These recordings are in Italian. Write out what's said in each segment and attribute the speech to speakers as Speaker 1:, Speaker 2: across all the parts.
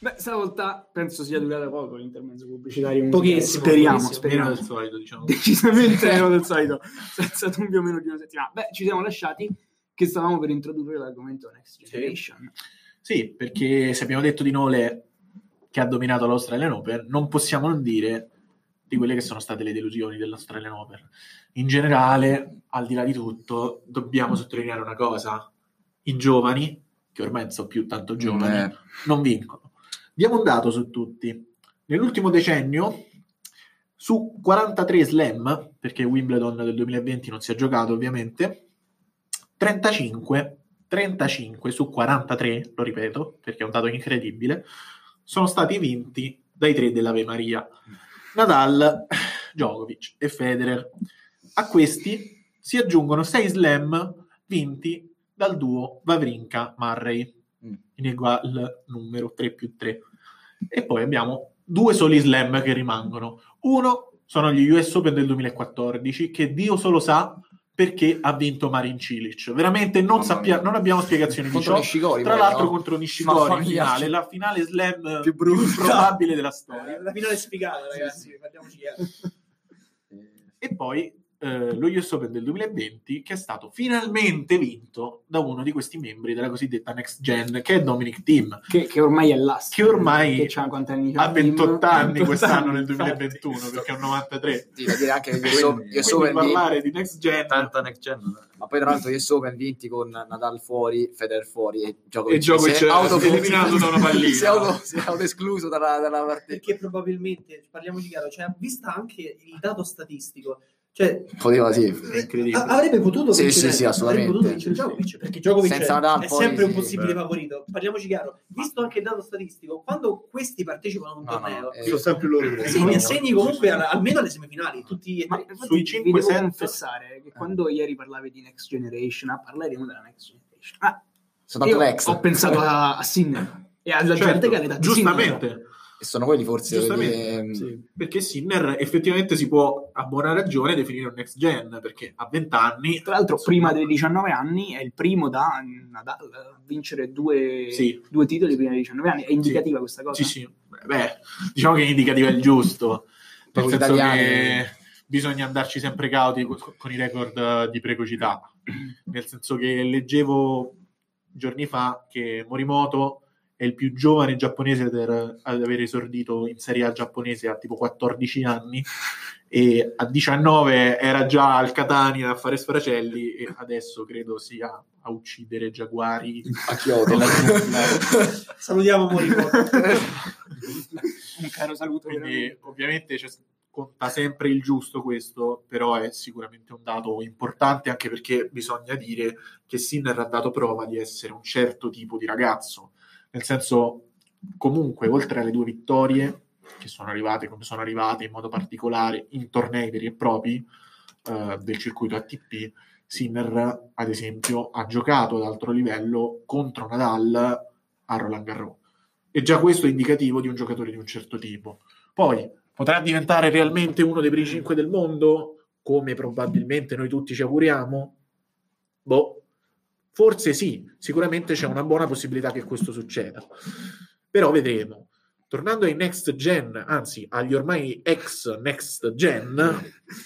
Speaker 1: Questa volta penso sia durata poco l'intermezzo pubblicitario. musicale.
Speaker 2: Pochissimo,
Speaker 1: speriamo,
Speaker 2: pochissimo,
Speaker 1: speriamo.
Speaker 3: meno del solito, diciamo.
Speaker 1: Decisamente meno del solito, senza dubbio meno di una settimana. Beh, ci siamo lasciati che stavamo per introdurre l'argomento Next Generation.
Speaker 3: Sì, perché se abbiamo detto di Nole che ha dominato l'Australian Open, non possiamo non dire di quelle che sono state le delusioni dell'Australian Open. In generale, al di là di tutto, dobbiamo sottolineare una cosa. I giovani, che ormai non sono più tanto giovani,
Speaker 2: Eh,
Speaker 3: non vincono. Diamo un dato su tutti. Nell'ultimo decennio, su 43 slam, perché Wimbledon del 2020 non si è giocato ovviamente, 35, 35 su 43, lo ripeto, perché è un dato incredibile, sono stati vinti dai tre dell'Ave Maria. Nadal, Djokovic e Federer. A questi si aggiungono 6 slam vinti dal duo Vavrinka-Murray
Speaker 2: Mm.
Speaker 3: in egual numero 3 più 3. E poi abbiamo due soli slam che rimangono. Uno sono gli US Open del 2014, che Dio solo sa perché ha vinto Marin Cilic. Veramente non,
Speaker 2: Mamma
Speaker 3: sappia-
Speaker 2: mia.
Speaker 3: non abbiamo spiegazioni di
Speaker 2: contro
Speaker 3: ciò.
Speaker 2: Nishikori,
Speaker 3: Tra
Speaker 2: poi,
Speaker 3: l'altro
Speaker 2: no?
Speaker 3: contro Nishikori
Speaker 2: Mamma
Speaker 3: in
Speaker 2: mia.
Speaker 3: finale, la finale slam
Speaker 2: Più
Speaker 3: più,
Speaker 2: brutta.
Speaker 3: probabile della storia.
Speaker 1: Eh, La finale è spiegata,
Speaker 2: ragazzi,
Speaker 1: parliamoci chiaro.
Speaker 3: E poi eh, lo US Open del 2020 che è stato finalmente vinto da uno di questi membri della cosiddetta Next Gen, che è Dominic Thiem.
Speaker 1: Che, che ormai è l'asso.
Speaker 3: Che ormai
Speaker 1: c'ha quanti anni c'ha?
Speaker 3: ha 28 anni
Speaker 1: 28
Speaker 3: quest'anno nel
Speaker 1: infatti.
Speaker 3: 2021 perché è un 93
Speaker 2: Sì, da dire anche che io so,
Speaker 4: Quindi-
Speaker 2: io so
Speaker 3: quindi
Speaker 2: per me-
Speaker 3: parlare di next gen
Speaker 4: tanta next gen
Speaker 2: Ma poi tra l'altro io so convinti con Nadal fuori, Federer fuori e gioco
Speaker 3: E Djokovic è eliminato da una pallina.
Speaker 2: si è auto, si è autoescluso dalla, dalla partita.
Speaker 5: perché probabilmente, parliamoci chiaro, cioè, vista anche il dato statistico, cioè,
Speaker 2: Poteva sì.
Speaker 3: è incredibile
Speaker 5: a- avrebbe potuto
Speaker 2: Sì,
Speaker 5: vincere,
Speaker 2: sì, sì,
Speaker 5: avrebbe
Speaker 2: assolutamente.
Speaker 5: potuto vincere Djokovic, perché Djokovic
Speaker 2: Senza
Speaker 5: è,
Speaker 2: Nadal,
Speaker 5: è
Speaker 2: poi
Speaker 5: sempre un
Speaker 2: sì.
Speaker 5: possibile
Speaker 4: Beh.
Speaker 5: favorito, parliamoci chiaro, visto anche il dato statistico, quando questi partecipano a un
Speaker 2: No, no,
Speaker 5: torneo,
Speaker 2: eh,
Speaker 4: sono sempre loro
Speaker 5: eh
Speaker 4: che
Speaker 5: sì,
Speaker 4: vincono.
Speaker 5: segni comunque al- almeno alle semifinali, tutti e
Speaker 1: Ma
Speaker 5: tre.
Speaker 1: infatti
Speaker 3: Sui
Speaker 1: vi devo
Speaker 3: 5-7.
Speaker 1: confessare che quando ieri parlavi di Next Generation, ah, parleremo della Next Generation. Ah,
Speaker 2: sono
Speaker 1: io
Speaker 2: tanto ex.
Speaker 1: ho pensato a, a Sinner e alla
Speaker 3: Certo,
Speaker 1: gente che ha le date
Speaker 3: giustamente
Speaker 2: E sono quelli forse
Speaker 3: Giustamente,
Speaker 2: che- ehm,
Speaker 3: perché Sinner effettivamente si può a buona ragione definire un next gen perché a 20 anni
Speaker 1: Tra l'altro, prima dei 19 anni è il primo da Nadal a vincere due,
Speaker 3: sì,
Speaker 1: due titoli prima dei 19 anni. È indicativa questa cosa?
Speaker 3: sì, sì. Beh, diciamo che è indicativo è il giusto nel
Speaker 2: Proprio
Speaker 3: senso
Speaker 2: italiani.
Speaker 3: che bisogna andarci sempre cauti co- con i record eh, di precocità nel senso che leggevo giorni fa che Morimoto è il più giovane giapponese per- ad aver esordito in Serie A giapponese a tipo 14 anni e a 19 era già al Catania a fare sfracelli e adesso credo sia a uccidere giaguari
Speaker 2: a Kyoto.
Speaker 3: Della-
Speaker 5: Salutiamo Morico.
Speaker 1: Un caro saluto.
Speaker 3: quindi
Speaker 1: veramente.
Speaker 3: ovviamente c'è- conta sempre il giusto questo però è sicuramente un dato importante anche perché bisogna dire che Sinner ha dato prova di essere un certo tipo di ragazzo nel senso comunque oltre alle due vittorie che sono arrivate come sono arrivate in modo particolare in tornei veri e propri eh, del circuito ATP Sinner ad esempio ha giocato ad altro livello contro Nadal a Roland Garros e già questo è indicativo di un giocatore di un certo tipo poi potrà diventare realmente uno dei primi cinque del mondo come probabilmente noi tutti ci auguriamo boh forse sì sicuramente c'è una buona possibilità che questo succeda però vedremo Tornando ai next gen, anzi agli ormai ex next gen,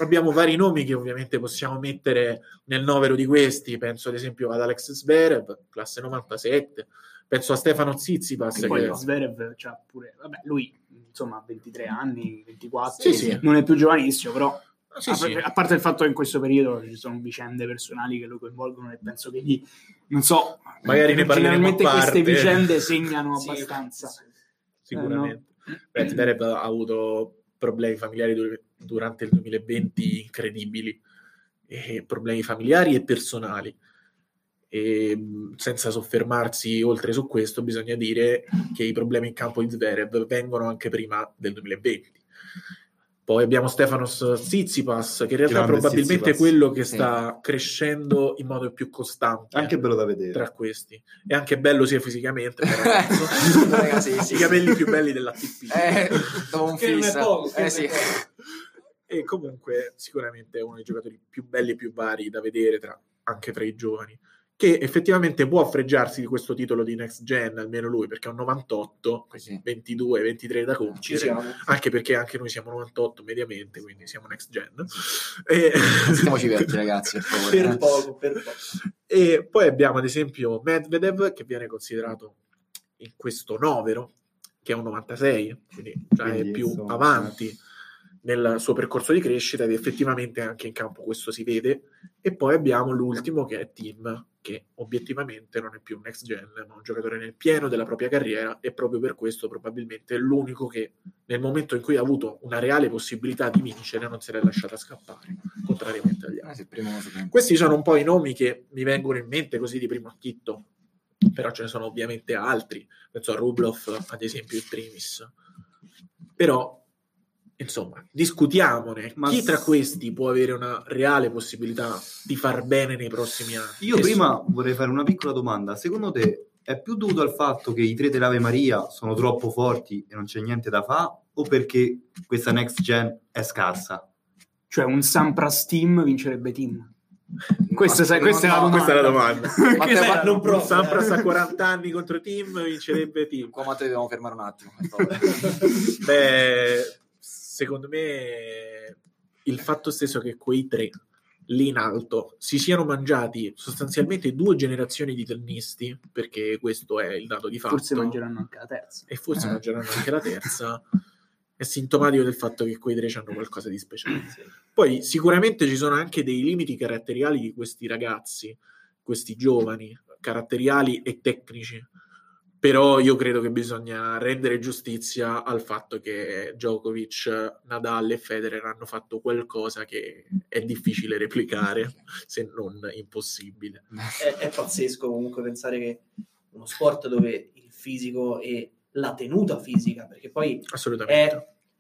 Speaker 3: abbiamo vari nomi che ovviamente possiamo mettere nel novero di questi. Penso ad esempio ad Alex Zverev, classe 97, penso a Stefano Tsitsipas.
Speaker 1: Che poi
Speaker 3: che-
Speaker 1: lo Zverev c'ha pure, vabbè, lui insomma ha 23 anni, 24,
Speaker 3: Sì, sì.
Speaker 1: non è più giovanissimo, però
Speaker 3: Sì,
Speaker 1: a,
Speaker 3: sì.
Speaker 1: a parte il fatto che in questo periodo ci sono vicende personali che lo coinvolgono e penso che gli, non so,
Speaker 3: Magari ne parleremo
Speaker 1: generalmente
Speaker 3: a parte.
Speaker 1: queste vicende segnano
Speaker 5: Sì.
Speaker 1: abbastanza. Eh, Mm.
Speaker 3: sicuramente. Beh, Zverev ha avuto problemi familiari dur- durante il 2020 incredibili, e problemi familiari e personali. E, mh, senza soffermarsi oltre su questo, bisogna dire che i problemi in campo di Zverev vengono anche prima del 2020. Poi abbiamo Stefanos Tsitsipas, che in realtà è
Speaker 4: Grande
Speaker 3: probabilmente
Speaker 4: Tsitsipas.
Speaker 3: quello che
Speaker 2: Sì.
Speaker 3: sta crescendo in modo più costante
Speaker 4: anche bello da vedere
Speaker 3: tra questi. È anche bello sia fisicamente, però,
Speaker 2: Eh, Raga, sì, sì,
Speaker 3: i
Speaker 2: sì.
Speaker 3: capelli più belli dell'ATP.
Speaker 2: Eh, dopo un
Speaker 5: Che non è
Speaker 2: fissa.
Speaker 5: poco, che
Speaker 2: Eh,
Speaker 5: non è
Speaker 2: sì.
Speaker 3: E comunque sicuramente è uno dei giocatori più belli e più vari da vedere tra- anche tra i giovani. che effettivamente può freggiarsi di questo titolo di next gen, almeno lui, perché è un 98,
Speaker 2: Così.
Speaker 3: 22, 23 da compiere.
Speaker 5: siamo.
Speaker 3: Anche perché anche noi siamo 98 mediamente, quindi siamo next gen. E...
Speaker 2: Stiamoci verdi, ragazzi, per favore. eh.
Speaker 5: Per poco, per poco.
Speaker 3: E poi abbiamo ad esempio Medvedev che viene considerato in questo novero, che è un 96, quindi già è
Speaker 4: Quindi,
Speaker 3: più
Speaker 4: insomma,
Speaker 3: avanti nel suo percorso di crescita ed effettivamente anche in campo questo si vede. E poi abbiamo l'ultimo che è Tim, che obiettivamente non è più un next gen, ma un giocatore nel pieno della propria carriera e proprio per questo probabilmente è l'unico che nel momento in cui ha avuto una reale possibilità di vincere non se l'è lasciata scappare, contrariamente agli altri.
Speaker 2: Ah, sei il primo che lo sapevo.
Speaker 3: Questi sono un po' i nomi che mi vengono in mente così di primo acchitto, però ce ne sono ovviamente altri, penso a Rubloff ad esempio in primis. Però, insomma, discutiamone.
Speaker 4: Ma
Speaker 3: Chi
Speaker 4: s-
Speaker 3: tra questi può avere una reale possibilità di far bene nei prossimi anni?
Speaker 4: Io
Speaker 3: Nessuno.
Speaker 4: prima vorrei fare una piccola domanda. Secondo te è più dovuto al fatto che i tre dell'Ave Maria sono troppo forti e non c'è niente da fare o perché questa next gen è scarsa?
Speaker 1: Cioè un Sampras team vincerebbe team. Questa, sai, questa è la
Speaker 2: No,
Speaker 1: domanda.
Speaker 3: questa è la domanda.
Speaker 1: Perché
Speaker 2: Matteo,
Speaker 1: sai-
Speaker 2: guarda,
Speaker 5: non
Speaker 3: Un
Speaker 5: provo.
Speaker 3: Sampras a 40 anni contro Team vincerebbe Team.
Speaker 2: Qua Matteo dobbiamo fermare un attimo. per favore.
Speaker 3: Beh, secondo me il fatto stesso che quei tre lì in alto si siano mangiati sostanzialmente due generazioni di tennisti, perché questo è il dato di fatto,
Speaker 1: Forse mangeranno anche la terza.
Speaker 3: e forse
Speaker 2: Eh.
Speaker 3: mangeranno anche la terza, è sintomatico del fatto che quei tre hanno qualcosa di speciale. Poi sicuramente ci sono anche dei limiti caratteriali di questi ragazzi, questi giovani, caratteriali e tecnici. Però io credo che bisogna rendere giustizia al fatto che Djokovic, Nadal e Federer hanno fatto qualcosa che è difficile replicare, se non impossibile.
Speaker 5: È, è pazzesco comunque pensare che uno sport dove il fisico e la tenuta fisica, perché poi
Speaker 3: Assolutamente.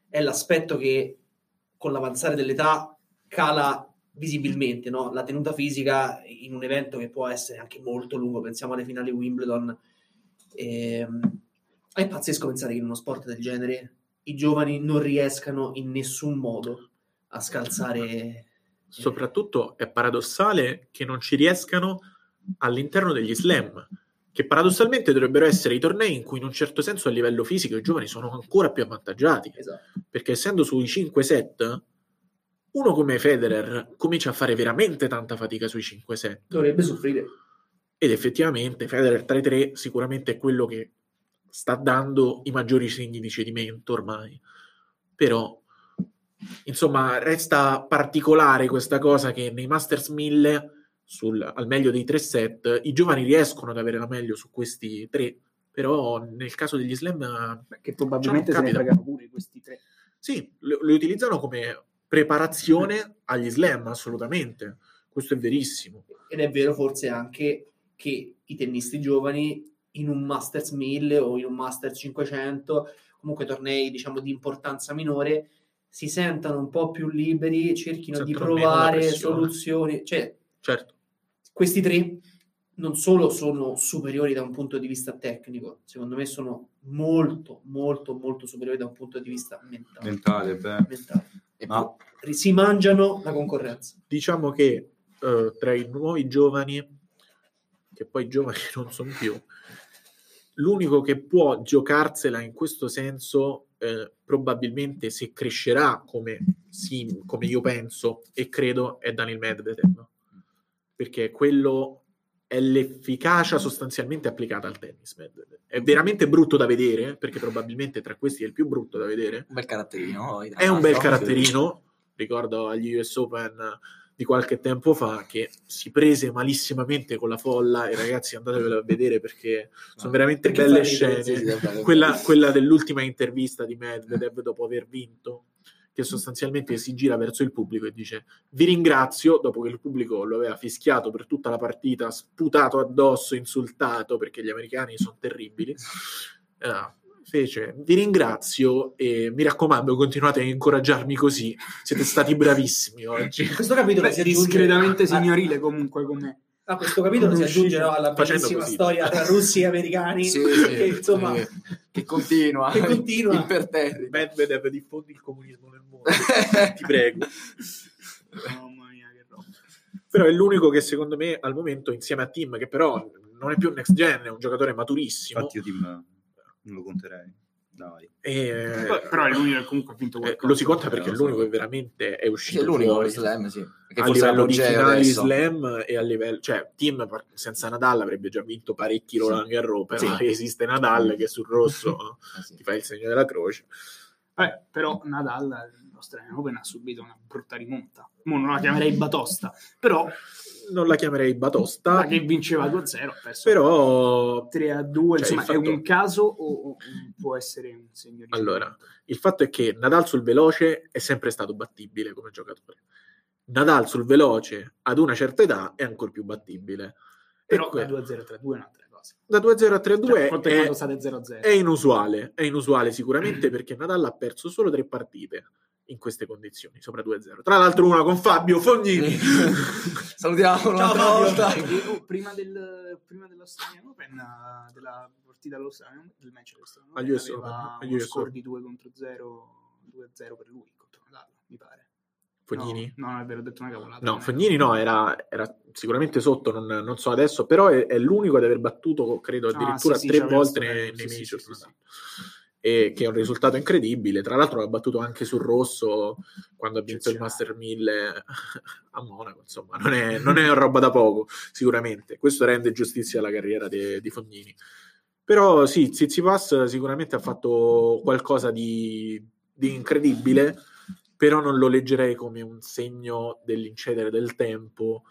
Speaker 5: è, è l'aspetto che con l'avanzare dell'età cala visibilmente, no? la tenuta fisica in un evento che può essere anche molto lungo, pensiamo alle finali Wimbledon, Ehm, è pazzesco pensare che in uno sport del genere i giovani non riescano in nessun modo a scalzare
Speaker 3: Soprattutto è paradossale che non ci riescano all'interno degli slam, che paradossalmente dovrebbero essere i tornei in cui in un certo senso a livello fisico i giovani sono ancora più avvantaggiati.
Speaker 5: Esatto.
Speaker 3: perché essendo sui 5 set, uno come Federer comincia a fare veramente tanta fatica sui 5 set.
Speaker 5: Dovrebbe soffrire.
Speaker 3: Ed effettivamente Federer 3-3 sicuramente è quello che sta dando i maggiori segni di cedimento ormai. Però, insomma, resta particolare questa cosa che nei Masters 1000, sul- al meglio dei tre set, i giovani riescono ad avere la meglio su questi tre, però nel caso degli slam
Speaker 1: Che probabilmente
Speaker 3: Ciao,
Speaker 1: se ne
Speaker 3: Cioè, capita.
Speaker 1: fregano pure questi tre.
Speaker 3: Sì, le, le utilizzano come preparazione agli slam, assolutamente. Questo è verissimo.
Speaker 5: Ed è vero forse anche che i tennisti giovani in un Masters 1000 o in un Masters 500, comunque tornei diciamo di importanza minore, si sentano un po' più liberi, cerchino
Speaker 3: Sentono
Speaker 5: di
Speaker 3: meno la
Speaker 5: provare
Speaker 3: pressione.
Speaker 5: soluzioni. Cioè,
Speaker 3: Certo,
Speaker 5: questi tre non solo sono superiori da un punto di vista tecnico, secondo me sono molto, molto, molto superiori da un punto di vista mentale.
Speaker 4: Mentale, beh.
Speaker 5: Mentale.
Speaker 2: E
Speaker 4: Ma-
Speaker 2: poi-
Speaker 5: Ri- Si mangiano la concorrenza.
Speaker 3: diciamo che eh, tra i nuovi giovani, che poi giovani non sono più, l'unico che può giocarsela in questo senso, eh, probabilmente se crescerà come, sì, come io penso e credo, è Daniel Medvedev. Perché quello è l'efficacia sostanzialmente applicata al tennis. Medvedev. È veramente brutto da vedere, eh, perché probabilmente tra questi è il più brutto da vedere,
Speaker 2: un bel caratterino. oh, poi, tra
Speaker 3: è un bel
Speaker 2: l'altro.
Speaker 3: caratterino. Ricordo agli US Open di qualche tempo fa che si prese malissimamente con la folla e ragazzi andatevelo a vedere perché sono veramente
Speaker 5: Perché
Speaker 3: belle
Speaker 5: fa ridere,
Speaker 2: Sì, sì,
Speaker 3: scene.
Speaker 2: davvero.
Speaker 3: Quella, quella dell'ultima intervista di Medvedev dopo aver vinto, che sostanzialmente si gira verso il pubblico e dice vi ringrazio, dopo che il pubblico lo aveva fischiato per tutta la partita, sputato addosso, insultato, perché gli americani sono terribili. Eh, fece, vi ringrazio e mi raccomando continuate a incoraggiarmi così, siete stati bravissimi oggi.
Speaker 5: Questo capitolo
Speaker 1: Beh,
Speaker 5: si aggiunge-
Speaker 1: discretamente
Speaker 5: Ah,
Speaker 1: signorile comunque come...
Speaker 5: A questo capitolo si
Speaker 1: Non
Speaker 5: aggiunge
Speaker 1: uscite
Speaker 5: no, alla
Speaker 3: facendo
Speaker 5: bellissima
Speaker 3: così.
Speaker 5: storia tra russi e americani.
Speaker 2: Sì,
Speaker 5: che,
Speaker 2: sì,
Speaker 5: insomma,
Speaker 2: sì. Che continua.
Speaker 5: che continua.
Speaker 2: Imperterrito.
Speaker 3: Medvedev diffondi il comunismo nel mondo, ti prego.
Speaker 1: Mamma mia, che roba.
Speaker 3: Però è l'unico che secondo me al momento, insieme a Tim, che però non è più un next gen, è un giocatore maturissimo.
Speaker 4: Infatti io Tim
Speaker 5: boh.
Speaker 4: non lo conterei. Dai.
Speaker 3: e-
Speaker 1: Poi- però è l'unico che comunque ha vinto
Speaker 3: eh,
Speaker 1: World Cup.
Speaker 3: lo si conta perché è
Speaker 4: però,
Speaker 3: l'unico
Speaker 4: sì.
Speaker 3: che veramente è
Speaker 2: Sì,
Speaker 3: uscito.
Speaker 2: è l'unico
Speaker 3: fuori.
Speaker 2: slam, sì. Che
Speaker 3: a
Speaker 2: forse è
Speaker 3: livello di
Speaker 2: l'apogeo
Speaker 3: finali
Speaker 2: adesso.
Speaker 3: slam e a livello cioè team par- senza Nadal avrebbe già vinto parecchi Roland Garros però
Speaker 2: Sì.
Speaker 3: esiste Nadal che sul rosso
Speaker 2: Eh sì.
Speaker 3: ti fa il segno della croce
Speaker 1: Vabbè, però Nadal, l'Australian Open, ha subito una brutta rimonta. Mo non la chiamerei batosta, però
Speaker 3: non la chiamerei
Speaker 1: la
Speaker 3: batosta
Speaker 1: che vinceva 2-0 ha perso
Speaker 3: però
Speaker 1: 3-2,
Speaker 3: Cioè,
Speaker 1: insomma
Speaker 3: il fatto-
Speaker 1: è un caso o, o può essere un segno di...
Speaker 3: Allora, il fatto è che Nadal sul veloce è sempre stato battibile come giocatore Nadal sul veloce ad una certa età è ancora più battibile E
Speaker 1: però
Speaker 3: que-
Speaker 1: da 2-0 3-2 è un'altra cosa.
Speaker 3: da 2-0 a 3-2
Speaker 1: Cioè, conta
Speaker 3: è-
Speaker 1: quando state 0-0.
Speaker 3: È inusuale, è inusuale sicuramente perché Nadal ha perso solo tre partite in queste condizioni, sopra 2-0. Tra l'altro una con Fabio
Speaker 2: Eh,
Speaker 3: Fognini.
Speaker 2: Salutiamo un'altra volta.
Speaker 1: E, oh, prima, del, prima dell'Australian Open, eh, della partita all'Australian Open, del match all'Australian Open,
Speaker 3: Agli US
Speaker 1: aveva
Speaker 3: Open, agli
Speaker 1: uno
Speaker 3: US
Speaker 1: score
Speaker 3: Open.
Speaker 1: di 2 contro 0, 2-0 per lui contro Nadal, mi pare.
Speaker 3: Fognini?
Speaker 1: No, no, è vero, ho detto una cavolata.
Speaker 3: No, Fognini no, era, era sicuramente sotto, non, non so adesso, però è, è l'unico ad aver battuto, credo,
Speaker 1: Ah,
Speaker 3: addirittura
Speaker 1: sì, sì,
Speaker 3: tre
Speaker 1: c'aveva
Speaker 3: volte
Speaker 1: sto-
Speaker 3: nei,
Speaker 1: sì,
Speaker 3: nei
Speaker 1: sì,
Speaker 3: major
Speaker 1: sì, sì,
Speaker 3: Nadal. E che è un risultato incredibile. Tra l'altro l'ha battuto anche sul rosso quando ha vinto il Master 1000 a Monaco. Insomma, non è, non è roba da poco, sicuramente. Questo rende giustizia alla carriera de- di Fognini. Però sì, Tsitsipas sicuramente ha fatto qualcosa di, di incredibile, però non lo leggerei come un segno dell'incedere del tempo,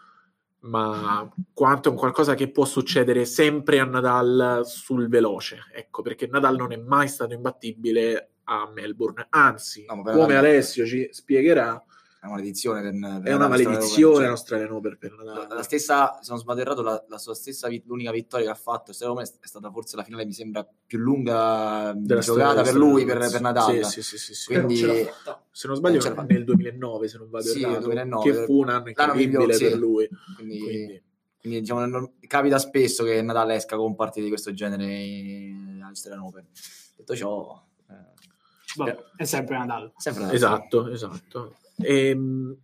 Speaker 3: ma quanto un qualcosa che può succedere sempre a Nadal sul veloce. Ecco, perché Nadal non è mai stato imbattibile a Melbourne, anzi,
Speaker 2: No, ma
Speaker 3: come
Speaker 2: veramente.
Speaker 3: Alessio ci spiegherà,
Speaker 2: È una maledizione per, per
Speaker 3: è una
Speaker 2: la nostra-
Speaker 3: maledizione
Speaker 2: cioè,
Speaker 3: l'Australian Open per Nadal.
Speaker 2: la, la stessa, se non sbaglio errato, la, la sua stessa vi- l'unica vittoria che ha fatto secondo me è stata foressa la finale mi sembra più lunga mh,
Speaker 3: Della storia
Speaker 2: giocata per lui
Speaker 3: dell'Australian Open.
Speaker 2: per, per Nadal.
Speaker 3: Sì, sì, sì, sì, sì.
Speaker 5: Però
Speaker 2: Quindi-
Speaker 5: ce l'ha fatta.
Speaker 3: se non
Speaker 2: Eh, ce
Speaker 3: sbaglio
Speaker 2: l'ha fatta.
Speaker 3: nel 2009 se non vado
Speaker 2: Sì,
Speaker 3: errato
Speaker 2: 2009,
Speaker 3: che fu un anno
Speaker 2: l'anno
Speaker 3: incredibile
Speaker 2: migliore, sì.
Speaker 3: per lui
Speaker 2: Quindi,
Speaker 3: quindi
Speaker 2: quindi, diciamo, non- capita spesso che Nadal esca con partite di questo genere in- all'Australian Open. Detto ciò, eh,
Speaker 1: Vabbè, è sempre Nadal.
Speaker 2: sempre Nadal.
Speaker 3: esatto esatto Ehm,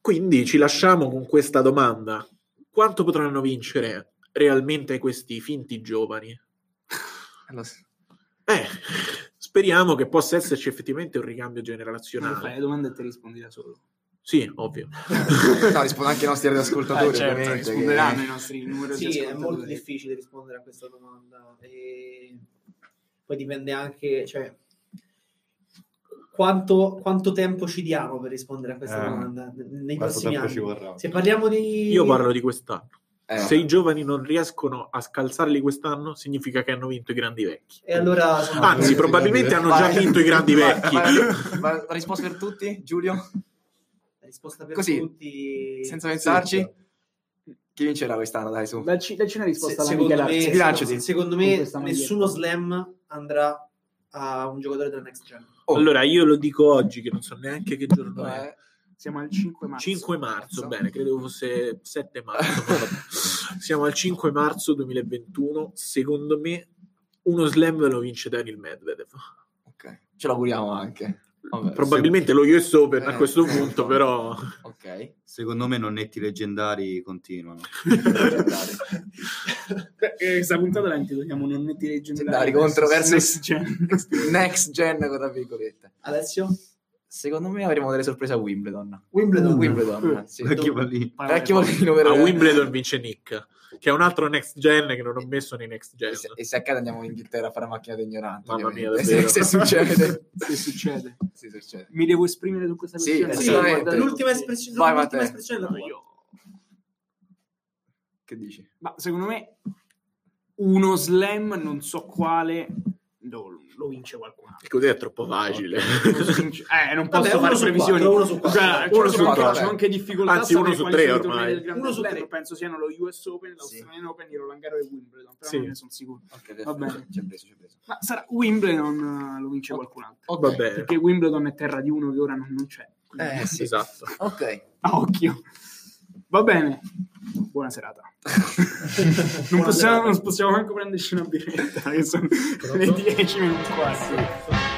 Speaker 3: quindi ci lasciamo con questa domanda quanto potranno vincere realmente questi finti giovani
Speaker 2: Lo so.
Speaker 3: eh speriamo che possa esserci effettivamente un ricambio
Speaker 1: Ma fai
Speaker 3: generazionale
Speaker 1: le domande e te rispondi da solo.
Speaker 3: sì ovvio
Speaker 2: No, rispondo anche ai nostri ascoltatori,
Speaker 1: Eh, certo,
Speaker 2: ovviamente.
Speaker 1: risponderanno
Speaker 2: che-
Speaker 1: i nostri numerosi
Speaker 5: Sì, è
Speaker 1: ascoltatori.
Speaker 5: molto difficile rispondere a questa domanda. E poi dipende anche, cioè, quanto, quanto tempo ci diamo per rispondere a questa
Speaker 4: Eh,
Speaker 5: domanda nei
Speaker 4: Quanto
Speaker 5: prossimi
Speaker 4: tempo ci
Speaker 5: anni.
Speaker 4: vorrà?
Speaker 5: Se parliamo di...
Speaker 3: io parlo di quest'anno
Speaker 2: eh,
Speaker 3: se i giovani non riescono a scalzarli quest'anno significa che hanno vinto i grandi vecchi
Speaker 5: E allora... sono-
Speaker 3: anzi probabilmente hanno già
Speaker 2: Vai.
Speaker 3: vinto i grandi vecchi
Speaker 2: Vai, vai, la risposta per tutti, Giulio?
Speaker 5: La risposta per
Speaker 2: Così,
Speaker 5: tutti...
Speaker 2: Senza pensarci? Chi vincerà quest'anno? Dai, su.
Speaker 1: Dacci, dacci una
Speaker 5: Se-
Speaker 1: risposta alla
Speaker 5: secondo,
Speaker 1: Michela.
Speaker 5: me,
Speaker 2: Sbilanciati.
Speaker 5: secondo
Speaker 1: Con
Speaker 5: me
Speaker 1: questa maglietta.
Speaker 5: nessuno slam andrà a un giocatore della next gen.
Speaker 2: Oh.
Speaker 3: Allora, io lo dico oggi che non so neanche che giorno è.
Speaker 2: Eh,
Speaker 1: Siamo al 5 marzo.
Speaker 3: 5 marzo,
Speaker 2: Marzo.
Speaker 3: bene, credevo fosse 7 marzo. ma vabbè. Siamo al 5 marzo 2021. Secondo me, uno slam lo vince Daniel Medvedev.
Speaker 2: ok, ce l'auguriamo anche. Vabbè,
Speaker 3: Probabilmente lo US Open a
Speaker 2: Eh,
Speaker 3: questo
Speaker 2: eh,
Speaker 3: punto,
Speaker 2: no.
Speaker 3: però.
Speaker 2: Ok.
Speaker 4: Secondo me nonnetti leggendari continuano.
Speaker 2: Cioè,
Speaker 1: Beh, Cioè, eh, Questa puntata la intitoliamo Nonnetti leggendari
Speaker 2: Leggendari contro
Speaker 1: versus
Speaker 2: versus-
Speaker 1: Next Gen.
Speaker 2: Next gen con la virgolette.
Speaker 5: Alessio?
Speaker 2: Secondo me avremo delle sorprese a Wimbledon.
Speaker 5: Wimbledon.
Speaker 2: Wimbledon, sì.
Speaker 4: Vecchio pallino.
Speaker 2: Vecchio pallino per
Speaker 3: A Wimbledon vince Nick, che è un altro next gen che non ho messo nei next
Speaker 2: E
Speaker 3: gen.
Speaker 2: se- E se accade andiamo in Inghilterra a fare macchina da ignorante.
Speaker 3: Mamma mia,
Speaker 2: ovviamente.
Speaker 3: davvero.
Speaker 2: Se, se succede.
Speaker 1: Se succede.
Speaker 2: se succede.
Speaker 1: Mi devo esprimere su questa
Speaker 2: Sì,
Speaker 1: questione?
Speaker 2: assolutamente.
Speaker 1: guardate,
Speaker 5: L'ultima
Speaker 1: tutti.
Speaker 5: espressione,
Speaker 2: Vai,
Speaker 5: l'ultima
Speaker 2: Matteo.
Speaker 3: Cioè,
Speaker 5: espressione è la
Speaker 1: No,
Speaker 5: tua.
Speaker 1: io-
Speaker 2: Che dici?
Speaker 1: Ma secondo me uno slam, non so quale, lo, lo vince qualcun altro.
Speaker 3: E Così è troppo facile.
Speaker 1: Lo vince- Eh, non
Speaker 5: Vabbè,
Speaker 1: posso
Speaker 5: uno
Speaker 1: fare
Speaker 5: su
Speaker 1: previsioni.
Speaker 5: quattro, uno su quattro.
Speaker 1: Cioè,
Speaker 3: Uno
Speaker 1: ci
Speaker 2: su
Speaker 1: sono anche-
Speaker 2: quattro.
Speaker 1: c'ho anche difficoltà
Speaker 3: Anzi,
Speaker 1: a sapere
Speaker 3: uno su
Speaker 1: quali
Speaker 3: tre
Speaker 1: sono i tornei
Speaker 3: ormai.
Speaker 1: del Grande
Speaker 5: Uno su
Speaker 1: Slam,
Speaker 5: tre.
Speaker 1: Penso siano lo US Open, l'Australian Open, il Roland Garros e Wimbledon, però
Speaker 3: Sì.
Speaker 1: non ne sono sicuro.
Speaker 2: Ok,
Speaker 1: Va bene.
Speaker 2: Ci ha preso, ci ha preso.
Speaker 1: Ma sarà Wimbledon eh, lo vince
Speaker 2: Ok.
Speaker 1: qualcun altro.
Speaker 2: Ok.
Speaker 3: Vabbè,
Speaker 1: Perché Wimbledon è terra di uno che ora non, non c'è. Quindi-
Speaker 2: Eh, sì.
Speaker 3: esatto.
Speaker 2: Ok.
Speaker 1: A occhio. Va bene. Buona serata. Non possiamo, non possiamo manco prenderci una birretta, che sono le 10 minuti quasi.